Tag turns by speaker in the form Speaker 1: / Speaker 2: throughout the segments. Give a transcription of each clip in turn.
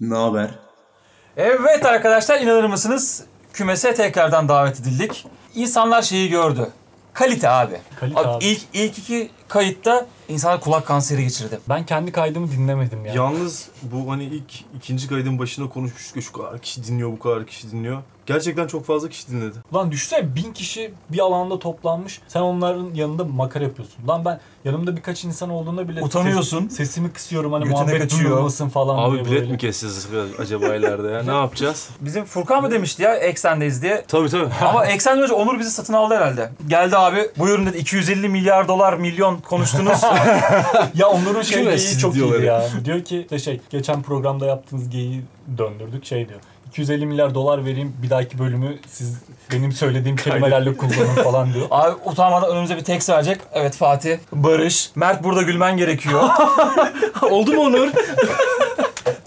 Speaker 1: Ne haber?
Speaker 2: Evet arkadaşlar inanır mısınız? Kümese tekrardan davet edildik. İnsanlar şeyi gördü. Kalite abi.
Speaker 3: Kalite abi.
Speaker 2: İlk, ilk iki kayıtta insanlar kulak kanseri geçirdi.
Speaker 3: Ben kendi kaydımı dinlemedim ya.
Speaker 4: Yalnız bu hani ilk ikinci kaydın başında konuşmuştuk ya şu kadar kişi dinliyor bu kadar kişi dinliyor. Gerçekten çok fazla kişi dinledi.
Speaker 3: Lan düşünsene bin kişi bir alanda toplanmış. Sen onların yanında makara yapıyorsun. Lan ben yanımda birkaç insan olduğunda bile...
Speaker 2: Utanıyorsun.
Speaker 3: ses- sesimi kısıyorum hani
Speaker 2: Götüne
Speaker 3: muhabbet
Speaker 2: kaçıyor.
Speaker 3: duyulmasın falan diye
Speaker 4: Abi bilet
Speaker 3: böyle.
Speaker 4: mi kessiniz acaba ileride ya? ne yapacağız?
Speaker 2: Bizim Furkan mı demişti ya Eksen'deyiz diye.
Speaker 4: Tabii tabii.
Speaker 2: Ama Eksen önce Onur bizi satın aldı herhalde. Geldi abi buyurun dedi 250 milyar dolar milyon konuştunuz.
Speaker 3: Ya Onur'un şey
Speaker 4: Kime
Speaker 3: geyiği
Speaker 4: siz
Speaker 3: çok
Speaker 4: diyorlar
Speaker 3: iyiydi ya. Diyor ki işte şey geçen programda yaptığınız geyiği döndürdük şey diyor. 250 milyar dolar vereyim bir dahaki bölümü siz benim söylediğim kelimelerle kullanın falan diyor.
Speaker 2: abi utanmadan önümüze bir tekst verecek. Evet Fatih, Barış, Mert burada gülmen gerekiyor.
Speaker 4: Oldu mu Onur?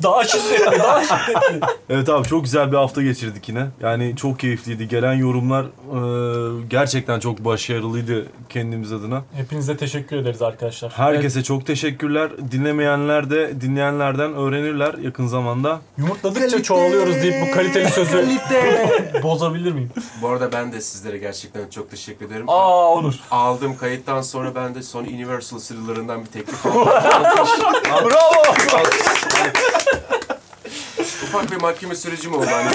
Speaker 3: Daha şiddetli daha şiddetli.
Speaker 4: Evet abi çok güzel bir hafta geçirdik yine. Yani çok keyifliydi. Gelen yorumlar eee, gerçekten çok başarılıydı kendimiz adına.
Speaker 3: Hepinize teşekkür ederiz arkadaşlar.
Speaker 4: Herkese çok teşekkürler. Dinlemeyenler de dinleyenlerden öğrenirler yakın zamanda.
Speaker 3: Yumurtladıkça çoğalıyoruz deyip bu kaliteli sözü bozabilir miyim?
Speaker 5: Bu arada ben de sizlere gerçekten çok teşekkür ederim.
Speaker 2: Aa Onur.
Speaker 5: Aldığım kayıttan sonra ben de son Universal Sırlarından bir teklif aldım.
Speaker 2: Bravo.
Speaker 5: Ufak bir mahkeme sürecim oldu. Hani.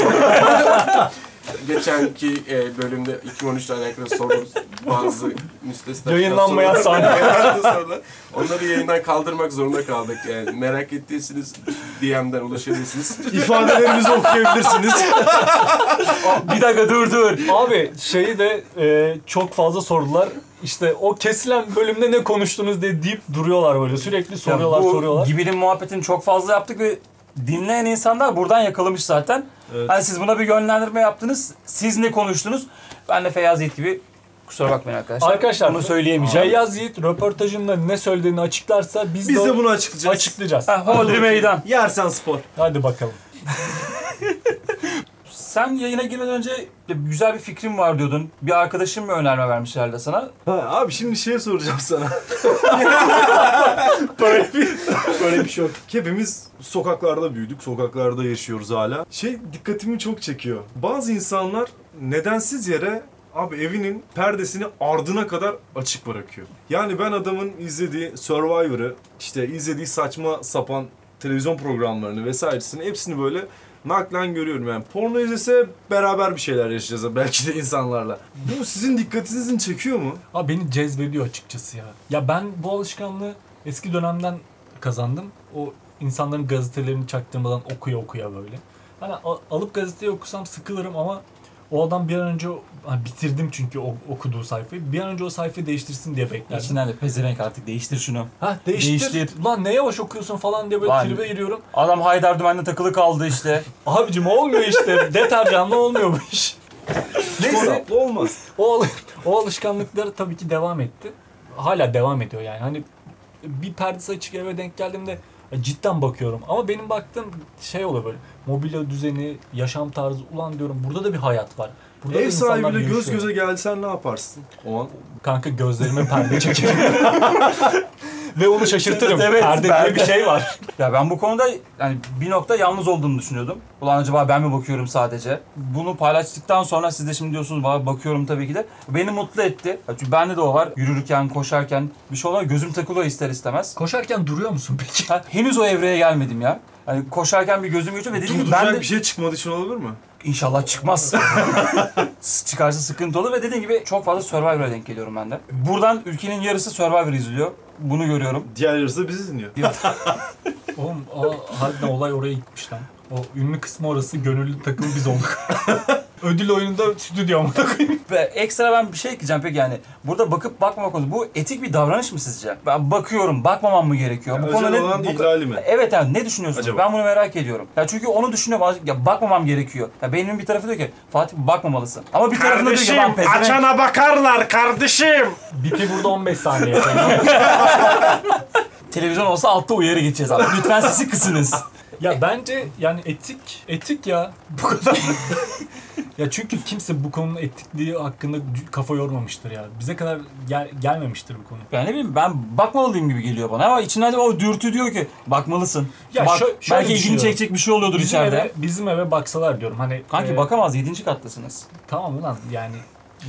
Speaker 5: Geçenki e, bölümde 2013 ile alakalı soru bazı müstesna
Speaker 3: Yayınlanmayan
Speaker 5: sorular-
Speaker 3: sahne.
Speaker 5: Yayınlanmayan sorular. Onları yayından kaldırmak zorunda kaldık. Yani merak ettiyseniz DM'den ulaşabilirsiniz.
Speaker 4: İfadelerimizi okuyabilirsiniz.
Speaker 2: Bir dakika dur dur.
Speaker 3: Abi şeyi de e, çok fazla sordular. İşte o kesilen bölümde ne konuştunuz diye deyip duruyorlar böyle. Sürekli soruyorlar
Speaker 2: Ya bu
Speaker 3: soruyorlar.
Speaker 2: Gibinin muhabbetini çok fazla yaptık ve dinleyen insanlar buradan yakalamış zaten.
Speaker 4: Evet.
Speaker 2: Hani siz buna bir yönlendirme yaptınız. Siz ne konuştunuz? Ben de Feyyaz Yiğit gibi kusura bakmayın arkadaşlar.
Speaker 3: Arkadaşlar
Speaker 2: Bunu şey söyleyemeyeceğim.
Speaker 3: Feyyaz Yiğit röportajında ne söylediğini açıklarsa biz,
Speaker 4: Biz
Speaker 3: de
Speaker 4: de bunu
Speaker 3: onu
Speaker 4: açıklayacağız.
Speaker 3: açıklayacağız.
Speaker 2: Ha, Hodri meydan.
Speaker 4: Yersen spor.
Speaker 3: Hadi bakalım.
Speaker 2: Sen yayına girmeden önce güzel bir fikrim var diyordun. Bir arkadaşın mı önerme vermiş herhalde sana?
Speaker 4: Ha, abi şimdi şey soracağım sana.
Speaker 3: Böyle bir şey yok.
Speaker 4: Hepimiz sokaklarda büyüdük, sokaklarda yaşıyoruz hala. Şey dikkatimi çok çekiyor. Bazı insanlar nedensiz yere abi evinin perdesini ardına kadar açık bırakıyor. Yani ben adamın izlediği Survivor'ı, işte izlediği saçma sapan televizyon programlarını vesairesini hepsini böyle naklen görüyorum yani. Porno izlese beraber bir şeyler yaşayacağız belki de insanlarla. Bu sizin dikkatinizin çekiyor mu?
Speaker 3: Abi beni cezbediyor açıkçası ya. Ya ben bu alışkanlığı eski dönemden kazandım. O insanların gazetelerini çaktırmadan okuya okuya böyle. Hani a- alıp gazeteyi okusam sıkılırım ama o adam bir an önce o- hani bitirdim çünkü o, okuduğu sayfayı. Bir an önce o sayfayı değiştirsin diye beklerdim.
Speaker 2: İçinden de pezevenk artık değiştir şunu.
Speaker 3: Ha değiştir.
Speaker 2: Değiştir.
Speaker 3: Lan ne yavaş okuyorsun falan diye böyle
Speaker 2: Lan.
Speaker 3: tribe giriyorum.
Speaker 2: Adam Haydar Dümen'le takılı kaldı işte.
Speaker 3: Abicim olmuyor işte. Deterjanla olmuyor bu iş. Neyse
Speaker 4: Korkaklı olmaz.
Speaker 3: o, al- o alışkanlıkları tabii ki devam etti. Hala devam ediyor yani. Hani bir perdesi açık eve denk geldiğimde e, cidden bakıyorum. Ama benim baktığım şey oluyor böyle. Mobilya düzeni, yaşam tarzı. Ulan diyorum burada da bir hayat var. Burada da
Speaker 4: Ev
Speaker 3: insanlar
Speaker 4: sahibiyle göz
Speaker 3: yaşıyor."
Speaker 4: göze gelsen ne yaparsın o an?
Speaker 3: Kanka gözlerime perde çekerim. Ve onu şaşırtırım.
Speaker 2: Evet,
Speaker 3: perde
Speaker 2: perde.
Speaker 3: diye bir şey var.
Speaker 2: Ya ben bu konuda yani bir nokta yalnız olduğumu düşünüyordum. Ulan acaba ben mi bakıyorum sadece? Bunu paylaştıktan sonra siz de şimdi diyorsunuz "Ba- bakıyorum tabii ki de. Beni mutlu etti. Ya Çünkü bende de o var. Yürürken, koşarken bir şey olan gözüm takılıyor ister istemez.
Speaker 3: Koşarken duruyor musun peki?
Speaker 2: Ha, henüz o evreye gelmedim ya. Hani koşarken bir gözüm geçiyor ve dedim ki ben
Speaker 4: Durduracak
Speaker 2: de
Speaker 4: bir şey çıkmadığı için olabilir mi?
Speaker 2: inşallah çıkmaz. S- Çıkarsa sıkıntı olur ve dediğim gibi çok fazla Survivor'a denk geliyorum ben de. Buradan ülkenin yarısı Survivor izliyor. Bunu görüyorum.
Speaker 4: Diğer yarısı da bizi dinliyor.
Speaker 3: Oğlum o harbiden olay oraya gitmiş lan. O ünlü kısmı orası gönüllü takım biz olduk. Ödül oyununda stüdyo amına koyayım.
Speaker 2: Ve ekstra ben bir şey ekleyeceğim peki yani. Burada bakıp bakmamak konusu. Bu etik bir davranış mı sizce? Ben bakıyorum, bakmamam mı gerekiyor?
Speaker 4: Yani
Speaker 2: bu konuda
Speaker 4: özel
Speaker 2: ne,
Speaker 4: olan
Speaker 2: bu- E,
Speaker 4: ihlali mi?
Speaker 2: Evet yani ne düşünüyorsunuz?
Speaker 4: Acaba?
Speaker 2: Ben bunu merak ediyorum. Ya çünkü onu düşünüyorum. Azıcık, Ya bakmamam gerekiyor. Ya beynimin bir tarafı diyor ki Fatih bakmamalısın. Ama bir tarafında diyor ki lan pezevenk.
Speaker 4: bakarlar kardeşim.
Speaker 3: Bipi burada 15 saniye.
Speaker 2: Televizyon olsa altta uyarı geçeceğiz abi. Lütfen sesi kısınız.
Speaker 3: ya bence yani etik, etik ya. Bu kadar. Ya çünkü kimse bu konunun etikliği hakkında dü- kafa yormamıştır ya. Bize kadar gel- gelmemiştir bu konu.
Speaker 2: Yani ne bileyim ben bakmalıyım gibi geliyor bana ama içinden de o dürtü diyor ki bakmalısın.
Speaker 3: Ya
Speaker 2: Bak,
Speaker 3: şö- şöyle
Speaker 2: belki ilgini
Speaker 3: düşünüyorum.
Speaker 2: çekecek bir şey oluyordur
Speaker 3: Bizim
Speaker 2: içeride.
Speaker 3: eve, bizim eve baksalar diyorum. Hani
Speaker 2: Kanki
Speaker 3: e,
Speaker 2: bakamaz 7. kattasınız.
Speaker 3: Tamam ulan yani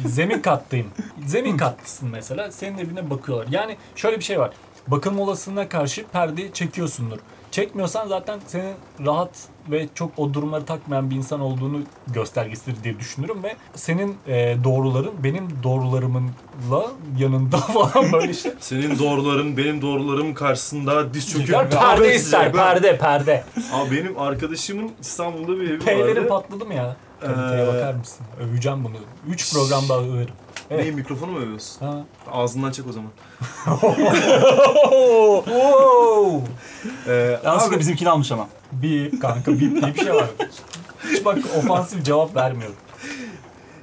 Speaker 3: zemin kattayım. Zemin katlısın mesela. Senin evine bakıyorlar. Yani şöyle bir şey var. Bakım olasılığına karşı perdeyi çekiyorsundur. Çekmiyorsan zaten senin rahat ve çok o durumları takmayan bir insan olduğunu göstergesidir diye düşünürüm ve senin e, doğruların benim doğrularımınla yanında falan böyle işte.
Speaker 4: Senin doğruların benim doğrularım karşısında diz çöküp
Speaker 3: Ya perde ister, perde, perde.
Speaker 4: Abi benim arkadaşımın İstanbul'da bir evi
Speaker 3: P'lerin
Speaker 4: vardı.
Speaker 3: patladı mı ya? Kaliteye
Speaker 4: Ee,
Speaker 3: bakar mısın? Öveceğim bunu. 3 programda överim. Evet.
Speaker 4: Neyi mikrofonu mu övüyorsun?
Speaker 3: Ha.
Speaker 4: Ağzından çek o zaman.
Speaker 3: Wow!
Speaker 4: Ee,
Speaker 2: Yanlışlıkla
Speaker 4: abi-
Speaker 2: bizimkini almış ama.
Speaker 3: Bip kanka bip diye bir şey var. Hiç bak ofansif cevap vermiyorum.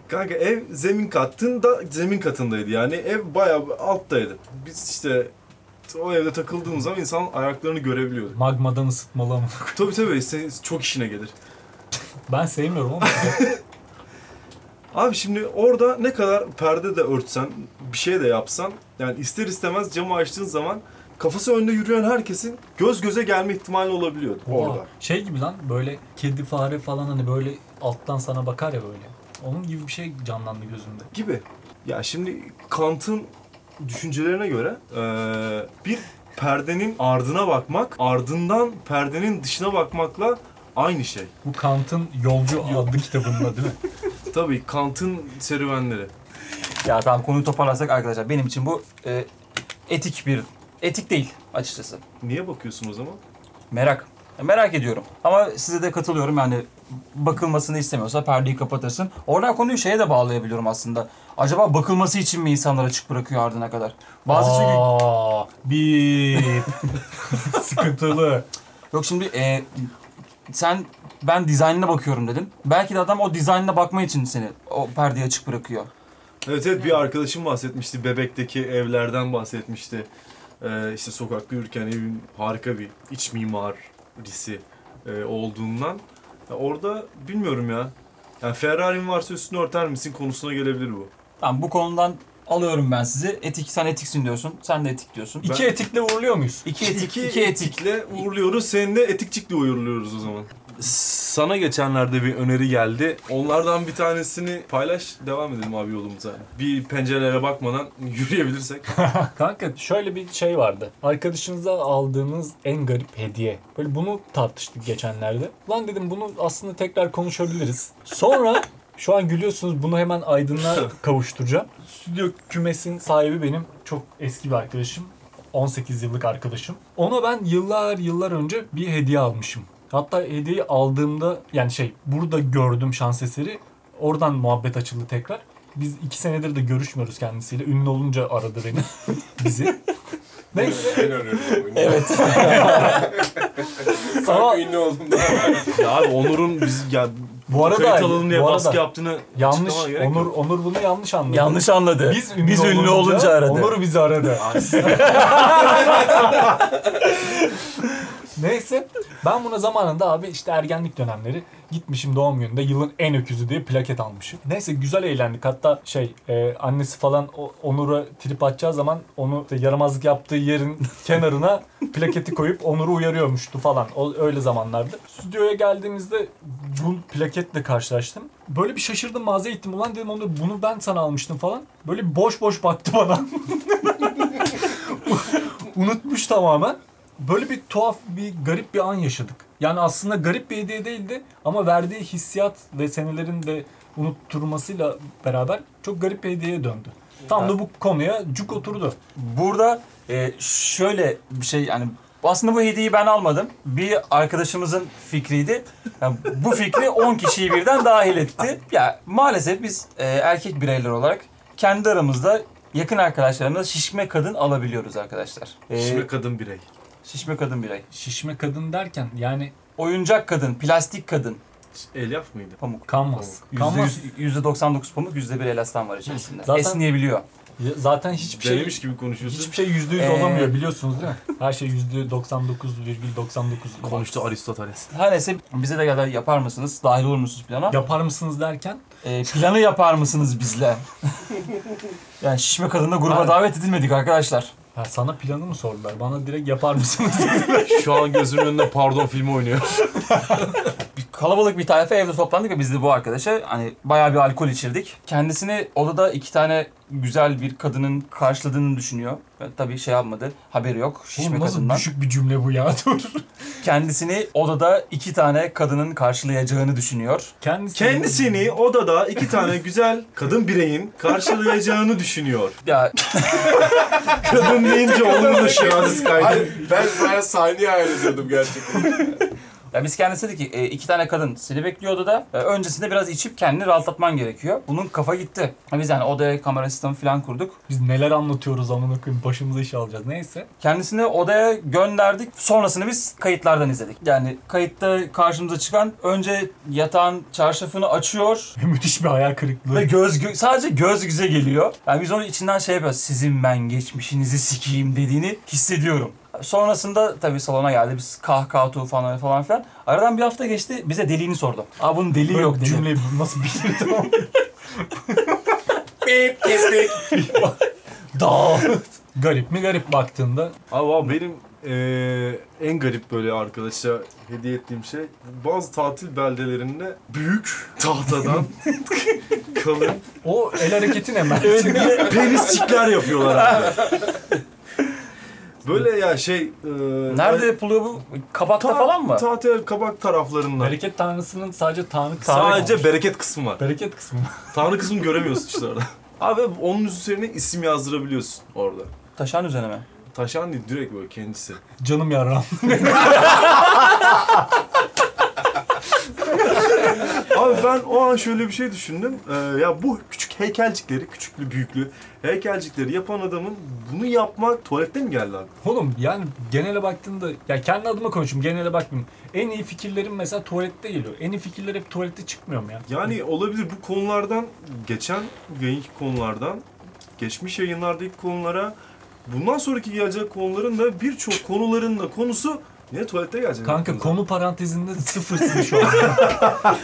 Speaker 4: Kanka ev zemin katında zemin katındaydı yani ev bayağı bir alttaydı. Biz işte o evde takıldığımız zaman insanın ayaklarını görebiliyorduk.
Speaker 3: Magmadan ısıtmalı ama.
Speaker 4: Tabii tabii senin çok işine gelir.
Speaker 3: Ben sevmiyorum ama.
Speaker 4: Abi şimdi orada ne kadar perde de örtsen, bir şey de yapsan yani ister istemez camı açtığın zaman kafası önde yürüyen herkesin göz göze gelme ihtimali olabiliyordu orada.
Speaker 3: Şey gibi lan böyle kedi fare falan hani böyle alttan sana bakar ya böyle. Onun gibi bir şey canlandı gözümde.
Speaker 4: Gibi. Ya şimdi Kant'ın düşüncelerine göre eee, bir perdenin ardına bakmak, ardından perdenin dışına bakmakla aynı şey.
Speaker 3: Bu Kant'ın Yolcu adlı kitabında değil mi?
Speaker 4: Tabii Kant'ın serüvenleri.
Speaker 2: Ya tamam konuyu toparlarsak arkadaşlar benim için bu e, etik bir etik değil açıkçası.
Speaker 4: Niye bakıyorsun o zaman?
Speaker 2: Merak. Ya Merak ediyorum. Ama size de katılıyorum yani bakılmasını istemiyorsa perdeyi kapatırsın. Oradan konuyu şeye de bağlayabiliyorum aslında. Acaba bakılması için mi insanlar açık bırakıyor ardına kadar? Bazı çünkü...
Speaker 3: Aa, bip. Sıkıntılı.
Speaker 2: Yok şimdi e, sen ben dizaynına bakıyorum dedin. Belki de adam o dizaynına bakma için seni o perdeyi açık bırakıyor.
Speaker 4: Evet evet bir arkadaşım bahsetmişti. Bebekteki evlerden bahsetmişti. Ee, işte sokakta yürürken evin harika bir iç mimarisi e, olduğundan. Ya orada bilmiyorum ya. Yani Ferrari'nin varsa üstünü örter misin konusuna gelebilir bu.
Speaker 2: Tamam bu konudan alıyorum ben sizi. Etik sen etiksin diyorsun. Sen de etik diyorsun.
Speaker 3: İki etikle vuruluyor muyuz?
Speaker 2: İki etik, iki, etik.
Speaker 4: etikle uğurluyoruz. Senin de etikçikle uğurluyoruz o zaman. Sana geçenlerde bir öneri geldi. Onlardan bir tanesini paylaş. Devam edelim abi yolumuza. Bir pencerelere bakmadan yürüyebilirsek.
Speaker 3: Kanka şöyle bir şey vardı. Arkadaşınıza aldığınız en garip hediye. Böyle bunu tartıştık geçenlerde. Lan dedim bunu aslında tekrar konuşabiliriz. Sonra şu an gülüyorsunuz bunu hemen aydınlığa kavuşturacağım. Stüdyo kümesinin sahibi benim çok eski bir arkadaşım. 18 yıllık arkadaşım. Ona ben yıllar yıllar önce bir hediye almışım. Hatta hediyeyi aldığımda yani şey burada gördüm şans eseri. Oradan muhabbet açıldı tekrar. Biz iki senedir de görüşmüyoruz kendisiyle. Ünlü olunca aradı beni. Bizi. Neyse.
Speaker 5: Ben arıyorum oyunu.
Speaker 2: Evet.
Speaker 3: Ama
Speaker 5: Kanka ünlü oldum daha.
Speaker 4: ya abi Onur'un biz ya
Speaker 3: Bu arada-
Speaker 4: kayıt alalım diye
Speaker 3: bu arada-
Speaker 4: baskı yaptığını
Speaker 3: yanlış.
Speaker 4: açıklamaya gerek
Speaker 3: Onur
Speaker 4: yok.
Speaker 3: Onur bunu yanlış anladı.
Speaker 2: Yanlış anladı.
Speaker 3: Biz ünlü, olunca, Onur bizi aradı. Neyse ben buna zamanında abi işte ergenlik dönemleri gitmişim doğum gününde yılın en öküzü diye plaket almışım. Neyse güzel eğlendik hatta şey e, annesi falan o- Onur'a trip atacağı zaman onu işte yaramazlık yaptığı yerin kenarına plaketi koyup Onur'u uyarıyormuştu falan o, öyle zamanlarda. Stüdyoya geldiğimizde bu plaketle karşılaştım. Böyle bir şaşırdım mağazaya gittim ulan dedim Onur bunu ben sana almıştım falan. Böyle boş boş baktı bana. Unutmuş tamamen. Böyle bir tuhaf, bir garip bir an yaşadık. Yani aslında garip bir hediye değildi ama verdiği hissiyat ve senelerin de unutturmasıyla beraber çok garip bir hediyeye döndü. Tam da bu konuya cuk oturdu.
Speaker 2: Burada e, şöyle bir şey yani aslında bu hediyeyi ben almadım. Bir arkadaşımızın fikriydi. Yani bu fikri 10 kişiyi birden dahil etti. Ya maalesef biz e, erkek bireyler olarak kendi aramızda yakın arkadaşlarımızla şişme kadın alabiliyoruz arkadaşlar. E,
Speaker 4: Şişme kadın birey.
Speaker 2: şişme kadın birey.
Speaker 3: Şişme kadın derken yani
Speaker 2: Oyuncak kadın, plastik kadın.
Speaker 4: Elyaf mıydı?
Speaker 2: Pamuk.
Speaker 3: Kanmaz. Kanmaz.
Speaker 2: %100 %99 pamuk, %1 elastan var içerisinde.
Speaker 3: Zaten-
Speaker 2: Esneyebiliyor.
Speaker 3: Ya Zaten hiçbir şey
Speaker 4: Denemiş gibi konuşuyorsun.
Speaker 3: hiçbir şey yüzde yüz
Speaker 2: Ee,
Speaker 3: olamıyor biliyorsunuz değil mi? Her şey yüzde 99,99
Speaker 4: konuştu Aristoteles.
Speaker 2: Her neyse bize de kadar yapar mısınız? Dahil olur musunuz plana?
Speaker 3: Yapar mısınız derken
Speaker 2: Ee, planı yapar mısınız bizle? yani şişme kadında gruba
Speaker 3: Abi.
Speaker 2: davet edilmedik arkadaşlar.
Speaker 3: ha, sana planı mı sordular? Bana direkt yapar mısınız?
Speaker 4: Şu an gözümün önünde pardon filmi oynuyor.
Speaker 2: Bir kalabalık bir tayfa evde toplandık ve biz de bu arkadaşa hani bayağı bir alkol içirdik. Kendisini odada iki tane güzel bir kadının karşıladığını düşünüyor. Ve Tabii şey yapmadı. Haberi yok. Şişme
Speaker 3: Oğlum, nasıl
Speaker 2: kadından.
Speaker 3: düşük bir cümle bu ya? Dur.
Speaker 2: Kendisini odada iki tane kadının karşılayacağını düşünüyor.
Speaker 3: Kendisi,
Speaker 4: Kendisini odada iki tane güzel kadın bireyin karşılayacağını düşünüyor.
Speaker 2: Ya
Speaker 4: Kadın deyince olur da şu an siz kaydın.
Speaker 5: Hayır, ben bayağı sahneye hayal ediyordum gerçekten.
Speaker 2: Ya biz kendisi dedi ki "E, iki tane kadın seni bekliyordu da e, öncesinde biraz içip kendini rahatlatman gerekiyor. Bunun kafa gitti. E, Biz yani odaya kamera sistemi falan kurduk.
Speaker 3: Biz neler anlatıyoruz amına koyayım başımıza iş alacağız. Neyse.
Speaker 2: Kendisini odaya gönderdik. Sonrasını biz kayıtlardan izledik. Yani kayıtta karşımıza çıkan önce yatağın çarşafını açıyor.
Speaker 3: Müthiş bir hayal kırıklığı.
Speaker 2: Ve göz gö- sadece göz göze geliyor. Yani biz onun içinden şey yapıyoruz. Sizin ben geçmişinizi sikeyim dediğini hissediyorum. Sonrasında tabii salona geldi. Biz kahkaha tufanları falan filan. Aradan bir hafta geçti. Bize deliğini sordu. Aa bunun deliği
Speaker 3: Böyle
Speaker 2: yok dedi.
Speaker 3: cümleyi nasıl şey? bitirdim?
Speaker 5: Bip kestik.
Speaker 3: Dağ. garip mi garip baktığında
Speaker 4: Abi, abi benim eee, en garip böyle arkadaşa hediye ettiğim şey bazı tatil beldelerinde büyük tahtadan kalın
Speaker 3: o el hareketi ne Mert?
Speaker 4: penisçikler yapıyorlar abi. Böyle ya şey... eee,
Speaker 2: Nerede yapılıyor bu? Kabakta
Speaker 4: Ta-
Speaker 2: falan mı?
Speaker 4: Tatil kabak taraflarında.
Speaker 3: Hareket tanrısının sadece tanrı kısmı.
Speaker 4: Sadece
Speaker 3: kalmış.
Speaker 4: bereket kısmı var.
Speaker 3: bereket kısmı.
Speaker 4: Tanrı kısmını göremiyorsun işte orada. Abi onun üzerine isim yazdırabiliyorsun orada.
Speaker 2: Taşan üzerine mi?
Speaker 4: Taşan değil direkt böyle kendisi.
Speaker 3: Canım yarram.
Speaker 4: Abi ben o an şöyle bir şey düşündüm. Ee, ya bu küçük heykelcikleri, küçüklü büyüklü heykelcikleri yapan adamın bunu yapmak tuvalette mi geldi aklına?
Speaker 3: Oğlum yani genele baktığında ya kendi adıma konuşayım genele bakmayayım. En iyi fikirlerim mesela tuvalette geliyor. En iyi fikirler hep tuvalette çıkmıyor mu ya?
Speaker 4: Yani olabilir bu konulardan, geçen yayınki konulardan, geçmiş yayınlardaki konulara, bundan sonraki gelecek konuların da birçok konuların da konusu ne tuvalette gelecek?
Speaker 3: Kanka
Speaker 4: aklınıza?
Speaker 3: konu parantezinde sıfırsın şu an.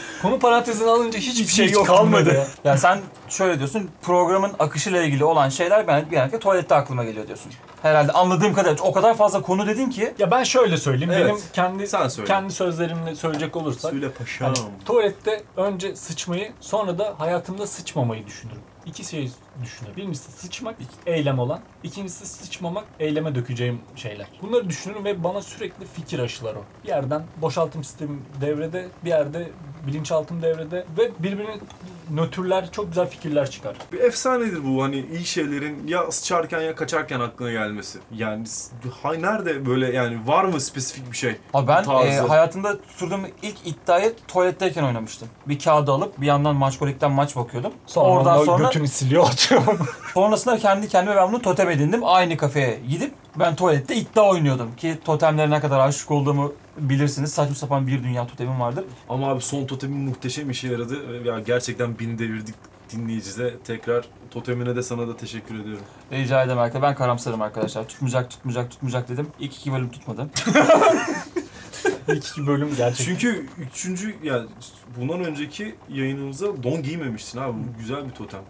Speaker 3: konu parantezini alınca hiçbir
Speaker 2: Hiç
Speaker 3: şey yok
Speaker 2: kalmadı.
Speaker 3: bunda ya.
Speaker 2: Ya sen şöyle diyorsun, programın akışıyla ilgili olan şeyler ben bir anlık tuvalette aklıma geliyor diyorsun. Herhalde anladığım kadarıyla o kadar fazla konu dedin ki
Speaker 3: Ya ben şöyle söyleyeyim.
Speaker 4: Evet.
Speaker 3: Benim kendi
Speaker 4: Sen söyle.
Speaker 3: kendi sözlerimle söyleyecek olursak
Speaker 4: Söyle paşam.
Speaker 3: hani tuvalette önce sıçmayı sonra da hayatımda sıçmamayı düşünürüm. İki şey düşünürüm. Birincisi sıçmak eylem olan. ikincisi sıçmamak eyleme dökeceğim şeyler. Bunları düşünürüm ve bana sürekli fikir aşılar o. Bir yerden boşaltım sistemi devrede, bir yerde bilinçaltım devrede ve birbirini nötrler çok güzel fikirler çıkar.
Speaker 4: Bir efsanedir bu hani iyi şeylerin ya sıçarken ya kaçarken aklına gelmesi. Yani s- hay nerede böyle yani var mı spesifik bir şey?
Speaker 2: Abi ben
Speaker 4: Tarzı.
Speaker 2: e, hayatımda tutturduğum ilk iddiayı tuvaletteyken oynamıştım. Bir kağıdı alıp bir yandan maç golikten maç bakıyordum.
Speaker 3: Sonra
Speaker 2: Oradan
Speaker 3: onlar
Speaker 2: sonra
Speaker 3: götünü siliyor atıyor.
Speaker 2: sonrasında kendi kendime ben bunu totem edindim. Aynı kafeye gidip ben tuvalette iddia oynuyordum. Ki totemlere ne kadar aşık olduğumu bilirsiniz. Saçma sapan bir dünya totemim vardır.
Speaker 4: Ama abi son totemin muhteşem işe yaradı. Ya gerçekten bini devirdik dinleyicide. Tekrar totemine de sana da teşekkür ediyorum.
Speaker 2: Rica ederim arkadaşlar. Ben karamsarım arkadaşlar. Tutmayacak, tutmayacak, tutmayacak dedim. İlk iki bölüm tutmadı.
Speaker 3: İlk iki bölüm gerçekten.
Speaker 4: Çünkü üçüncü yani bundan önceki yayınımıza don giymemiştin abi. Bu güzel bir totem.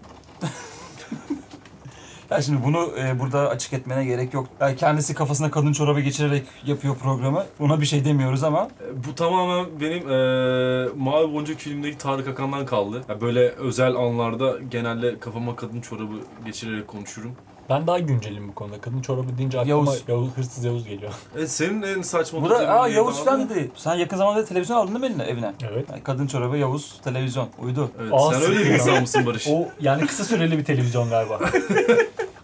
Speaker 2: Ya şimdi bunu e, burada açık etmene gerek yok. Ya kendisi kafasına kadın çorabı geçirerek yapıyor programı. Ona bir şey demiyoruz ama
Speaker 4: E, Bu tamamen benim eee Mavi Boncuk filmdeki Tarık Akan'dan kaldı. Ya böyle özel anlarda genelde kafama kadın çorabı geçirerek konuşurum.
Speaker 3: Ben daha güncelim bu konuda. Kadın çorabı deyince aklıma
Speaker 2: Yavuz.
Speaker 3: Yavuz. hırsız Yavuz geliyor.
Speaker 4: E, senin en saçma
Speaker 2: Bu da
Speaker 4: totemin
Speaker 2: aa
Speaker 4: neydi
Speaker 2: Yavuz
Speaker 4: abi?
Speaker 2: falan dedi. Sen yakın zamanda televizyon aldın değil mi eline, evine?
Speaker 3: Evet.
Speaker 2: Yani kadın çorabı, Yavuz, televizyon. Uydu.
Speaker 4: Evet,
Speaker 3: Aa,
Speaker 4: sen öyle bir
Speaker 3: siktir
Speaker 4: insan
Speaker 3: ya.
Speaker 4: mısın Barış?
Speaker 3: O yani kısa süreli bir televizyon galiba.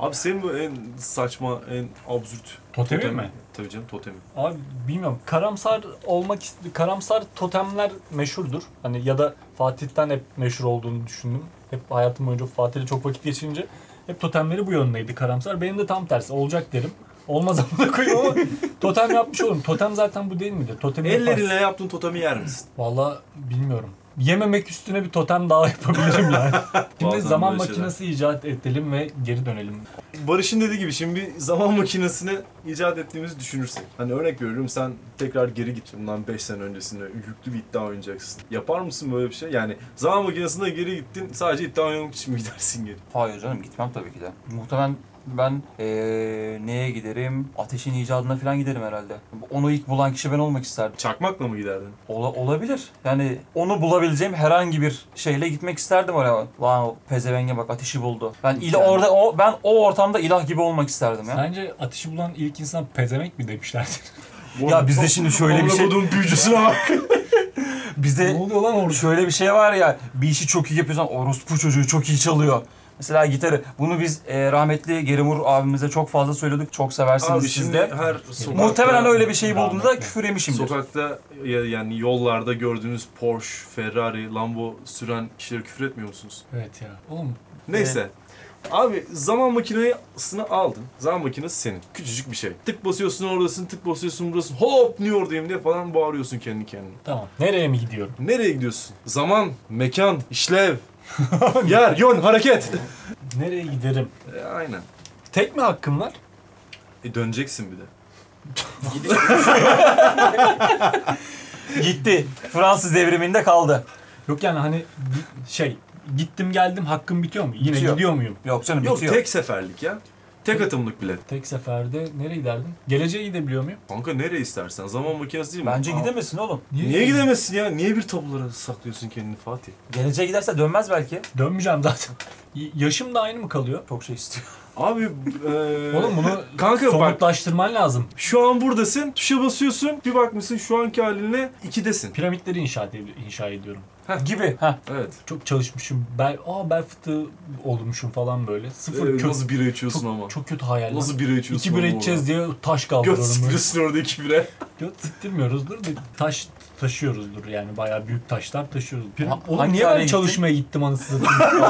Speaker 4: Abi senin bu en saçma, en absürt
Speaker 3: Totemi
Speaker 4: totem-
Speaker 3: mi?
Speaker 4: Tabii canım totemi.
Speaker 3: Abi bilmiyorum. Karamsar olmak ist- karamsar totemler meşhurdur. Hani ya da Fatih'ten hep meşhur olduğunu düşündüm. Hep hayatım boyunca Fatih'le çok vakit geçirince hep totemleri bu yönündeydi karamsar. Benim de tam tersi olacak derim. Olmaz amına koyayım ama totem yapmış olurum. Totem zaten bu değil midir? Totem
Speaker 4: Ellerinle yaptığın totemi yer misin?
Speaker 3: Valla bilmiyorum. Yememek üstüne bir totem daha yapabilirim yani. Şimdi
Speaker 4: Bazen
Speaker 3: zaman
Speaker 4: böyle şeyler.
Speaker 3: makinesi icat edelim ve geri dönelim.
Speaker 4: Barış'ın dediği gibi şimdi bir zaman makinesini icat ettiğimizi düşünürsek. Hani örnek veriyorum sen tekrar geri git bundan 5 sene öncesine yüklü bir iddia oynayacaksın. Yapar mısın böyle bir şey? Yani zaman makinesine geri gittin sadece iddia oynamak için mi gidersin geri?
Speaker 2: Hayır canım gitmem tabii ki de. Muhtemelen ben eee, neye giderim? Ateşin icadına falan giderim herhalde. Onu ilk bulan kişi ben olmak isterdim.
Speaker 4: Çakmakla mı giderdin?
Speaker 2: Ola- olabilir. Yani onu bulabileceğim herhangi bir şeyle gitmek isterdim oraya. Lan o pezevenge bak ateşi buldu. Ben ila
Speaker 4: Yani.
Speaker 2: orada o ben o ortamda ilah gibi olmak isterdim ya.
Speaker 3: Sence ateşi bulan ilk insan pezemek mi demişlerdir?
Speaker 2: Ya bizde şimdi şöyle bir şey
Speaker 4: Anlamadığım büyücüsüne bak.
Speaker 2: bizde
Speaker 3: oluyor lan
Speaker 2: şöyle bir şey var ya bir işi çok iyi yapıyorsan orospu çocuğu çok iyi çalıyor. Mesela gitarı. Bunu biz eee, rahmetli Gerimur abimize çok fazla söyledik. Çok seversiniz
Speaker 4: Abi
Speaker 2: siz
Speaker 4: şimdi
Speaker 2: de.
Speaker 4: her sokakta...
Speaker 2: Muhtemelen öyle bir şey bulduğunda da
Speaker 3: Rahmetli.
Speaker 2: küfür yemişimdir.
Speaker 4: Sokakta ya- yani yollarda gördüğünüz Porsche, Ferrari, Lambo süren kişilere küfür etmiyor musunuz?
Speaker 3: Evet ya. Oğlum
Speaker 4: Neyse. Abi zaman makinesini aldın. Zaman makinesi senin. Küçücük bir şey. Tık basıyorsun oradasın, tık basıyorsun burasın. Hop New York'dayım diye falan bağırıyorsun kendi kendine.
Speaker 3: tamam. Nereye mi gidiyorum?
Speaker 4: Nereye gidiyorsun? Zaman, mekan, işlev, yer, yön, hareket.
Speaker 3: Nereye giderim?
Speaker 4: E, aynen.
Speaker 3: Tek mi hakkım var?
Speaker 4: E, döneceksin bir de.
Speaker 2: Gitti. Fransız devriminde kaldı.
Speaker 3: Yok yani hani gi- şey gittim geldim hakkım bitiyor mu? Yine
Speaker 2: Bitiyor.
Speaker 3: gidiyor muyum?
Speaker 2: Yok canım
Speaker 4: Yok
Speaker 2: bitiyor.
Speaker 4: tek seferlik ya. Tek atımlık bilet.
Speaker 3: Tek seferde nereye giderdim? Geleceğe gidebiliyor muyum?
Speaker 4: Kanka nereye istersen. Zaman makinesi değil mi?
Speaker 2: Bence
Speaker 4: Aa,
Speaker 2: gidemesin oğlum.
Speaker 4: Niye gidemezsin ya? Niye bir tabulara saklıyorsun kendini Fatih?
Speaker 2: Geleceğe giderse dönmez belki.
Speaker 3: Dönmeyeceğim zaten. Y- Yaşım da aynı mı kalıyor?
Speaker 2: Çok şey istiyor.
Speaker 4: Abi e,
Speaker 3: Oğlum bunu
Speaker 4: Kanka bak-
Speaker 3: somutlaştırman lazım.
Speaker 4: Şu an buradasın, tuşa basıyorsun, bir bakmışsın şu anki halinle ikidesin.
Speaker 3: Piramitleri inşa, ed- inşa ediyorum.
Speaker 2: Gibi. Heh.
Speaker 4: Evet.
Speaker 3: Çok çalışmışım. Bel, aa bel fıtığı olmuşum falan böyle. Sıfır
Speaker 4: Ee,
Speaker 3: kö-
Speaker 4: nasıl bira içiyorsun
Speaker 3: çok,
Speaker 4: ama?
Speaker 3: çok kötü hayaller.
Speaker 4: nasıl bira içiyorsun
Speaker 3: İki bira
Speaker 4: ama
Speaker 3: içeceğiz diye taş
Speaker 4: orada? Göt
Speaker 3: kaldırıyorum. böyle.
Speaker 4: sıkıyorsun orada iki bira.
Speaker 3: Göt siktirmiyoruzdur da taş taşıyoruzdur yani bayağı büyük taşlar taşıyoruz. Pir-
Speaker 2: Ha-
Speaker 3: Oğlum
Speaker 2: hangi
Speaker 3: niye
Speaker 2: araya
Speaker 3: ben
Speaker 2: gittin?
Speaker 3: çalışmaya gittim anasını satayım?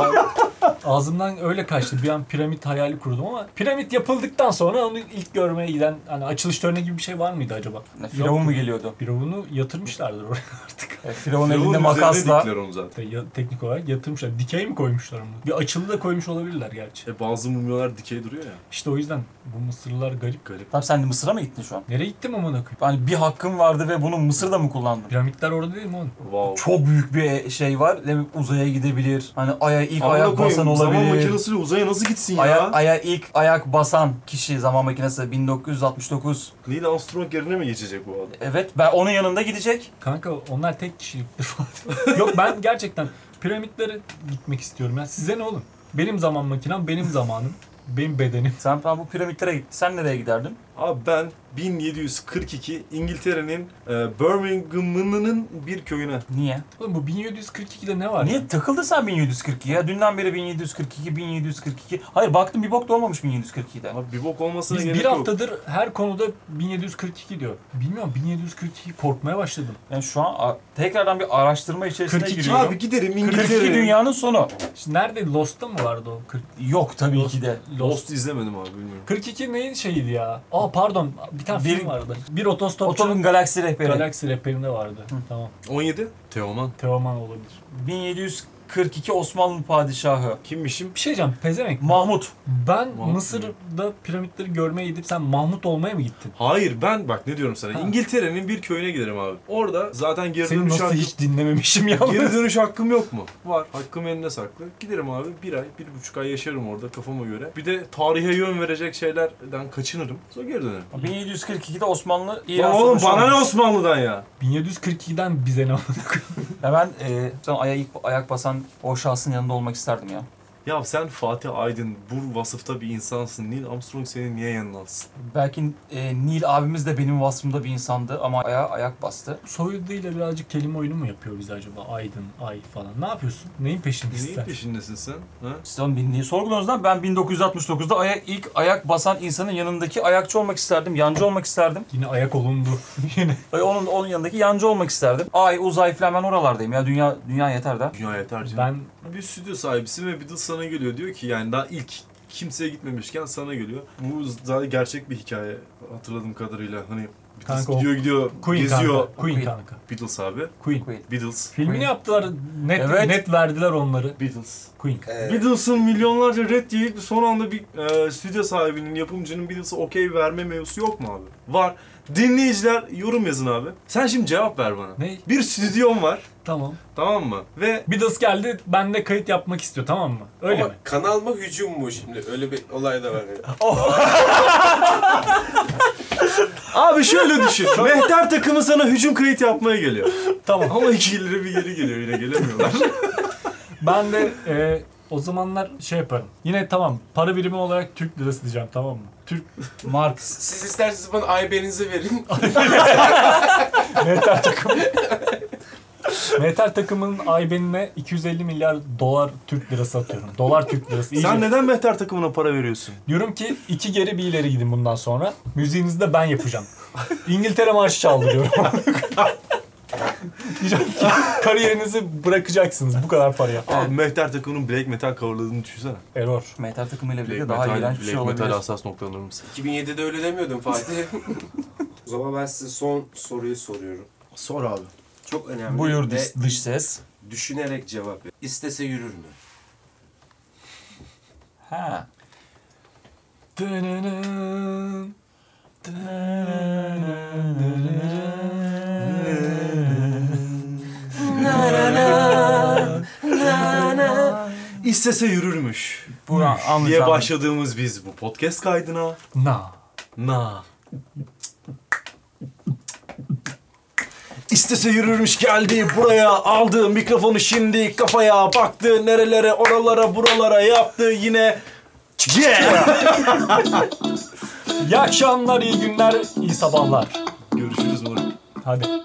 Speaker 3: Aa, Ağzımdan öyle kaçtı. Bir an piramit hayali kurdum ama piramit yapıldıktan sonra onu ilk görmeye giden hani açılış töreni gibi bir şey var mıydı acaba?
Speaker 2: Ne, Firavun mu geliyordu?
Speaker 3: Firavunu yatırmışlardır oraya artık.
Speaker 2: E, Firavun
Speaker 4: Firavun
Speaker 2: elinde
Speaker 4: üzerine
Speaker 2: makasla.
Speaker 4: dikler onu zaten.
Speaker 3: Ya- Teknik olarak yatırmışlar. Dikey mi koymuşlar onu? Bir açılı da koymuş olabilirler gerçi.
Speaker 4: E bazı mumyalar dikey duruyor ya.
Speaker 3: İşte o yüzden bu Mısırlılar garip garip.
Speaker 2: Tamam sen de Mısır'a mı gittin şu an?
Speaker 3: Nereye gittim amına koyayım?
Speaker 2: Hani bir hakkın vardı ve bunu Mısır'da mı kullandın?
Speaker 3: Piramitler orada değil mi oğlum?
Speaker 4: Wow.
Speaker 2: Çok büyük bir şey var. Ne bileyim, uzaya gidebilir. Hani aya ilk
Speaker 4: Amına
Speaker 2: ayak
Speaker 4: koyayım,
Speaker 2: basan
Speaker 4: Zaman
Speaker 2: olabilir.
Speaker 4: makinesiyle uzaya nasıl gitsin
Speaker 2: Aya,
Speaker 4: ya?
Speaker 2: aya ilk ayak basan kişi zaman makinesi 1969.
Speaker 4: Neil Armstrong yerine mi geçecek bu adam?
Speaker 2: Evet ben onun yanında gidecek.
Speaker 3: Kanka onlar tek kişiliktir falan. Yok ben gerçekten piramitlere gitmek istiyorum ya. Size ne oğlum? Benim zaman makinem, benim zamanım, benim bedenim.
Speaker 2: Sen tamam bu piramitlere gittin. Sen nereye giderdin?
Speaker 4: Abi ben 1742 İngiltere'nin e, Birmingham'ının bir köyüne.
Speaker 2: Niye?
Speaker 3: Oğlum bu 1742'de ne var? ya?
Speaker 2: Niye takıldı sen 1742'ye? ya? Dünden beri 1742, 1742. Hayır baktım bir bok da olmamış 1742'de.
Speaker 4: Abi bir bok olmasına
Speaker 3: Biz
Speaker 4: gerek
Speaker 3: bir
Speaker 4: yok.
Speaker 3: haftadır her konuda 1742 diyor. Bilmiyorum 1742 korkmaya başladım.
Speaker 2: Yani şu an a- tekrardan bir araştırma içerisine
Speaker 3: 42
Speaker 2: giriyorum.
Speaker 4: Abi giderim
Speaker 2: 42
Speaker 4: İngiltere'ye.
Speaker 2: dünyanın sonu.
Speaker 3: Şimdi nerede Lost'ta mı vardı o 40?
Speaker 2: Yok tabii ki de.
Speaker 4: Lost izlemedim abi bilmiyorum.
Speaker 3: 42 neyin şeyiydi ya? Aa pardon bir tane
Speaker 2: Bir-
Speaker 3: film vardı. Bir otostopçu
Speaker 2: Otobün Galaksi Rehberi.
Speaker 3: Galaxy rehberinde vardı. Tamam.
Speaker 4: 17? Teoman.
Speaker 3: Teoman olabilir.
Speaker 2: 1742 Osmanlı Padişahı.
Speaker 4: Kimmişim?
Speaker 3: Bir şey diyeceğim. Pezemek
Speaker 2: Mahmut.
Speaker 3: Ben
Speaker 4: Mahmut
Speaker 3: Mısır'da piramitleri görmeye gidip sen Mahmut olmaya mı gittin?
Speaker 4: Hayır ben bak ne diyorum sana.
Speaker 3: Ha.
Speaker 4: İngiltere'nin bir köyüne giderim abi. Orada zaten geri
Speaker 3: Seni
Speaker 4: dönüş
Speaker 3: nasıl
Speaker 4: hakkım...
Speaker 3: hiç dinlememişim ya.
Speaker 4: Geri dönüş hakkım yok mu? Var. Hakkım eline saklı. Giderim abi bir ay, bir buçuk ay yaşarım orada kafama göre. Bir de tarihe yön verecek şeylerden kaçınırım. Sonra geri dönerim.
Speaker 2: 1742'de Osmanlı
Speaker 4: Lan
Speaker 2: İran
Speaker 4: oğlum
Speaker 2: savaşı
Speaker 4: bana ne
Speaker 2: olmuş.
Speaker 4: Osmanlı'dan ya?
Speaker 3: 1742'den bize ne
Speaker 2: Hemen e, sen aya ilk ayak basan o şahsın yanında olmak isterdim ya.
Speaker 4: Ya sen Fatih Aydın bu vasıfta bir insansın. Neil Armstrong seni niye yanına alsın?
Speaker 2: Belki e, Neil abimiz de benim vasfımda bir insandı ama aya ayak bastı.
Speaker 3: Soyadıyla birazcık kelime oyunu mu yapıyor biz acaba? Aydın, ay falan. Ne yapıyorsun? Neyin peşindesin
Speaker 4: Neyin
Speaker 3: sen?
Speaker 4: peşindesin sen? Ha?
Speaker 2: Siz oğlum beni niye sorguluyorsunuz lan? Ben 1969'da aya ilk ayak basan insanın yanındaki ayakçı olmak isterdim. Yancı olmak isterdim.
Speaker 3: Yine ayak olundu. Yine.
Speaker 2: Ay, Onun onun yanındaki yancı olmak isterdim. Ay uzay falan ben oralardayım ya. Dünya dünya yeter da.
Speaker 4: Dünya yeter canım.
Speaker 3: Ben
Speaker 4: Bir stüdyo sahibisin ve Beatles sana geliyor diyor ki yani daha ilk kimseye gitmemişken sana geliyor. Bu zaten gerçek bir hikaye hatırladığım kadarıyla. Hani Beatles
Speaker 3: Kanka o-
Speaker 4: gidiyor gidiyor
Speaker 3: Queen
Speaker 4: geziyor.
Speaker 3: kanka. Queen
Speaker 2: Queen.
Speaker 3: kanka.
Speaker 4: Beatles abi.
Speaker 3: Queen.
Speaker 2: Queen.
Speaker 4: Beatles.
Speaker 3: Filmini
Speaker 2: Queen.
Speaker 3: yaptılar. Net
Speaker 2: Evet.
Speaker 3: net verdiler onları.
Speaker 4: Beatles.
Speaker 3: Queen.
Speaker 4: Beatles'ın milyonlarca red yiyip son anda bir e, stüdyo sahibinin, yapımcının Beatles'a okey verme mevzusu yok mu abi? Var. Dinleyiciler yorum yazın abi. Sen şimdi cevap ver bana.
Speaker 3: Ne?
Speaker 4: Bir stüdyon var
Speaker 3: Tamam.
Speaker 4: tamam mı? Ve
Speaker 3: Beatles geldi. Ben de kayıt yapmak istiyor tamam mı? Öyle
Speaker 5: Ama
Speaker 3: mi?
Speaker 5: kanalıma hücum mu şimdi? Öyle bir olay da var. Yani.
Speaker 4: abi şöyle düşün. Mehter takımı sana hücum kayıt yapmaya geliyor.
Speaker 3: Tamam.
Speaker 4: Ama ikileri bir geri geliyor yine gelemiyorlar.
Speaker 3: Ben de e, o zamanlar şey yaparım. Yine tamam para birimi olarak Türk lirası diyeceğim tamam mı? Türk
Speaker 2: Marx.
Speaker 5: Siz isterseniz bana IBAN'inizi verin.
Speaker 3: metal takım. metal takımının IBAN'ine 250 milyar dolar Türk lirası atıyorum. Dolar Türk lirası. iyice.
Speaker 4: Sen neden Mehter takımına para veriyorsun?
Speaker 3: Diyorum ki iki geri bir ileri gidin bundan sonra. Müziğinizi de ben yapacağım. İngiltere marşı çaldırıyorum. Diyeceğim ki kariyerinizi bırakacaksınız bu kadar paraya.
Speaker 4: Abi Mehter takımının black metal coverladığını düşünsene.
Speaker 3: Error.
Speaker 2: Metal takımıyla birlikte daha iğrenç bir şey olabilir.
Speaker 4: hassas noktalarımız.
Speaker 5: 2007'de öyle demiyordum Fatih. o zaman ben size son soruyu soruyorum.
Speaker 4: Sor abi.
Speaker 5: Çok önemli.
Speaker 2: Buyur
Speaker 5: ve
Speaker 2: dış, dış ses.
Speaker 5: Düşünerek cevap ver. İstese yürür mü?
Speaker 2: Ha.
Speaker 4: İstese yürürmüş.
Speaker 2: Bu an-
Speaker 4: diye
Speaker 2: anlayacağım.
Speaker 4: başladığımız biz bu podcast kaydına.
Speaker 3: Na.
Speaker 4: Na. İstese yürürmüş geldi buraya aldı mikrofonu şimdi kafaya baktı nerelere oralara buralara yaptı yine yeah.
Speaker 3: İyi akşamlar, iyi günler, iyi sabahlar.
Speaker 4: Görüşürüz moruk.
Speaker 3: Hadi.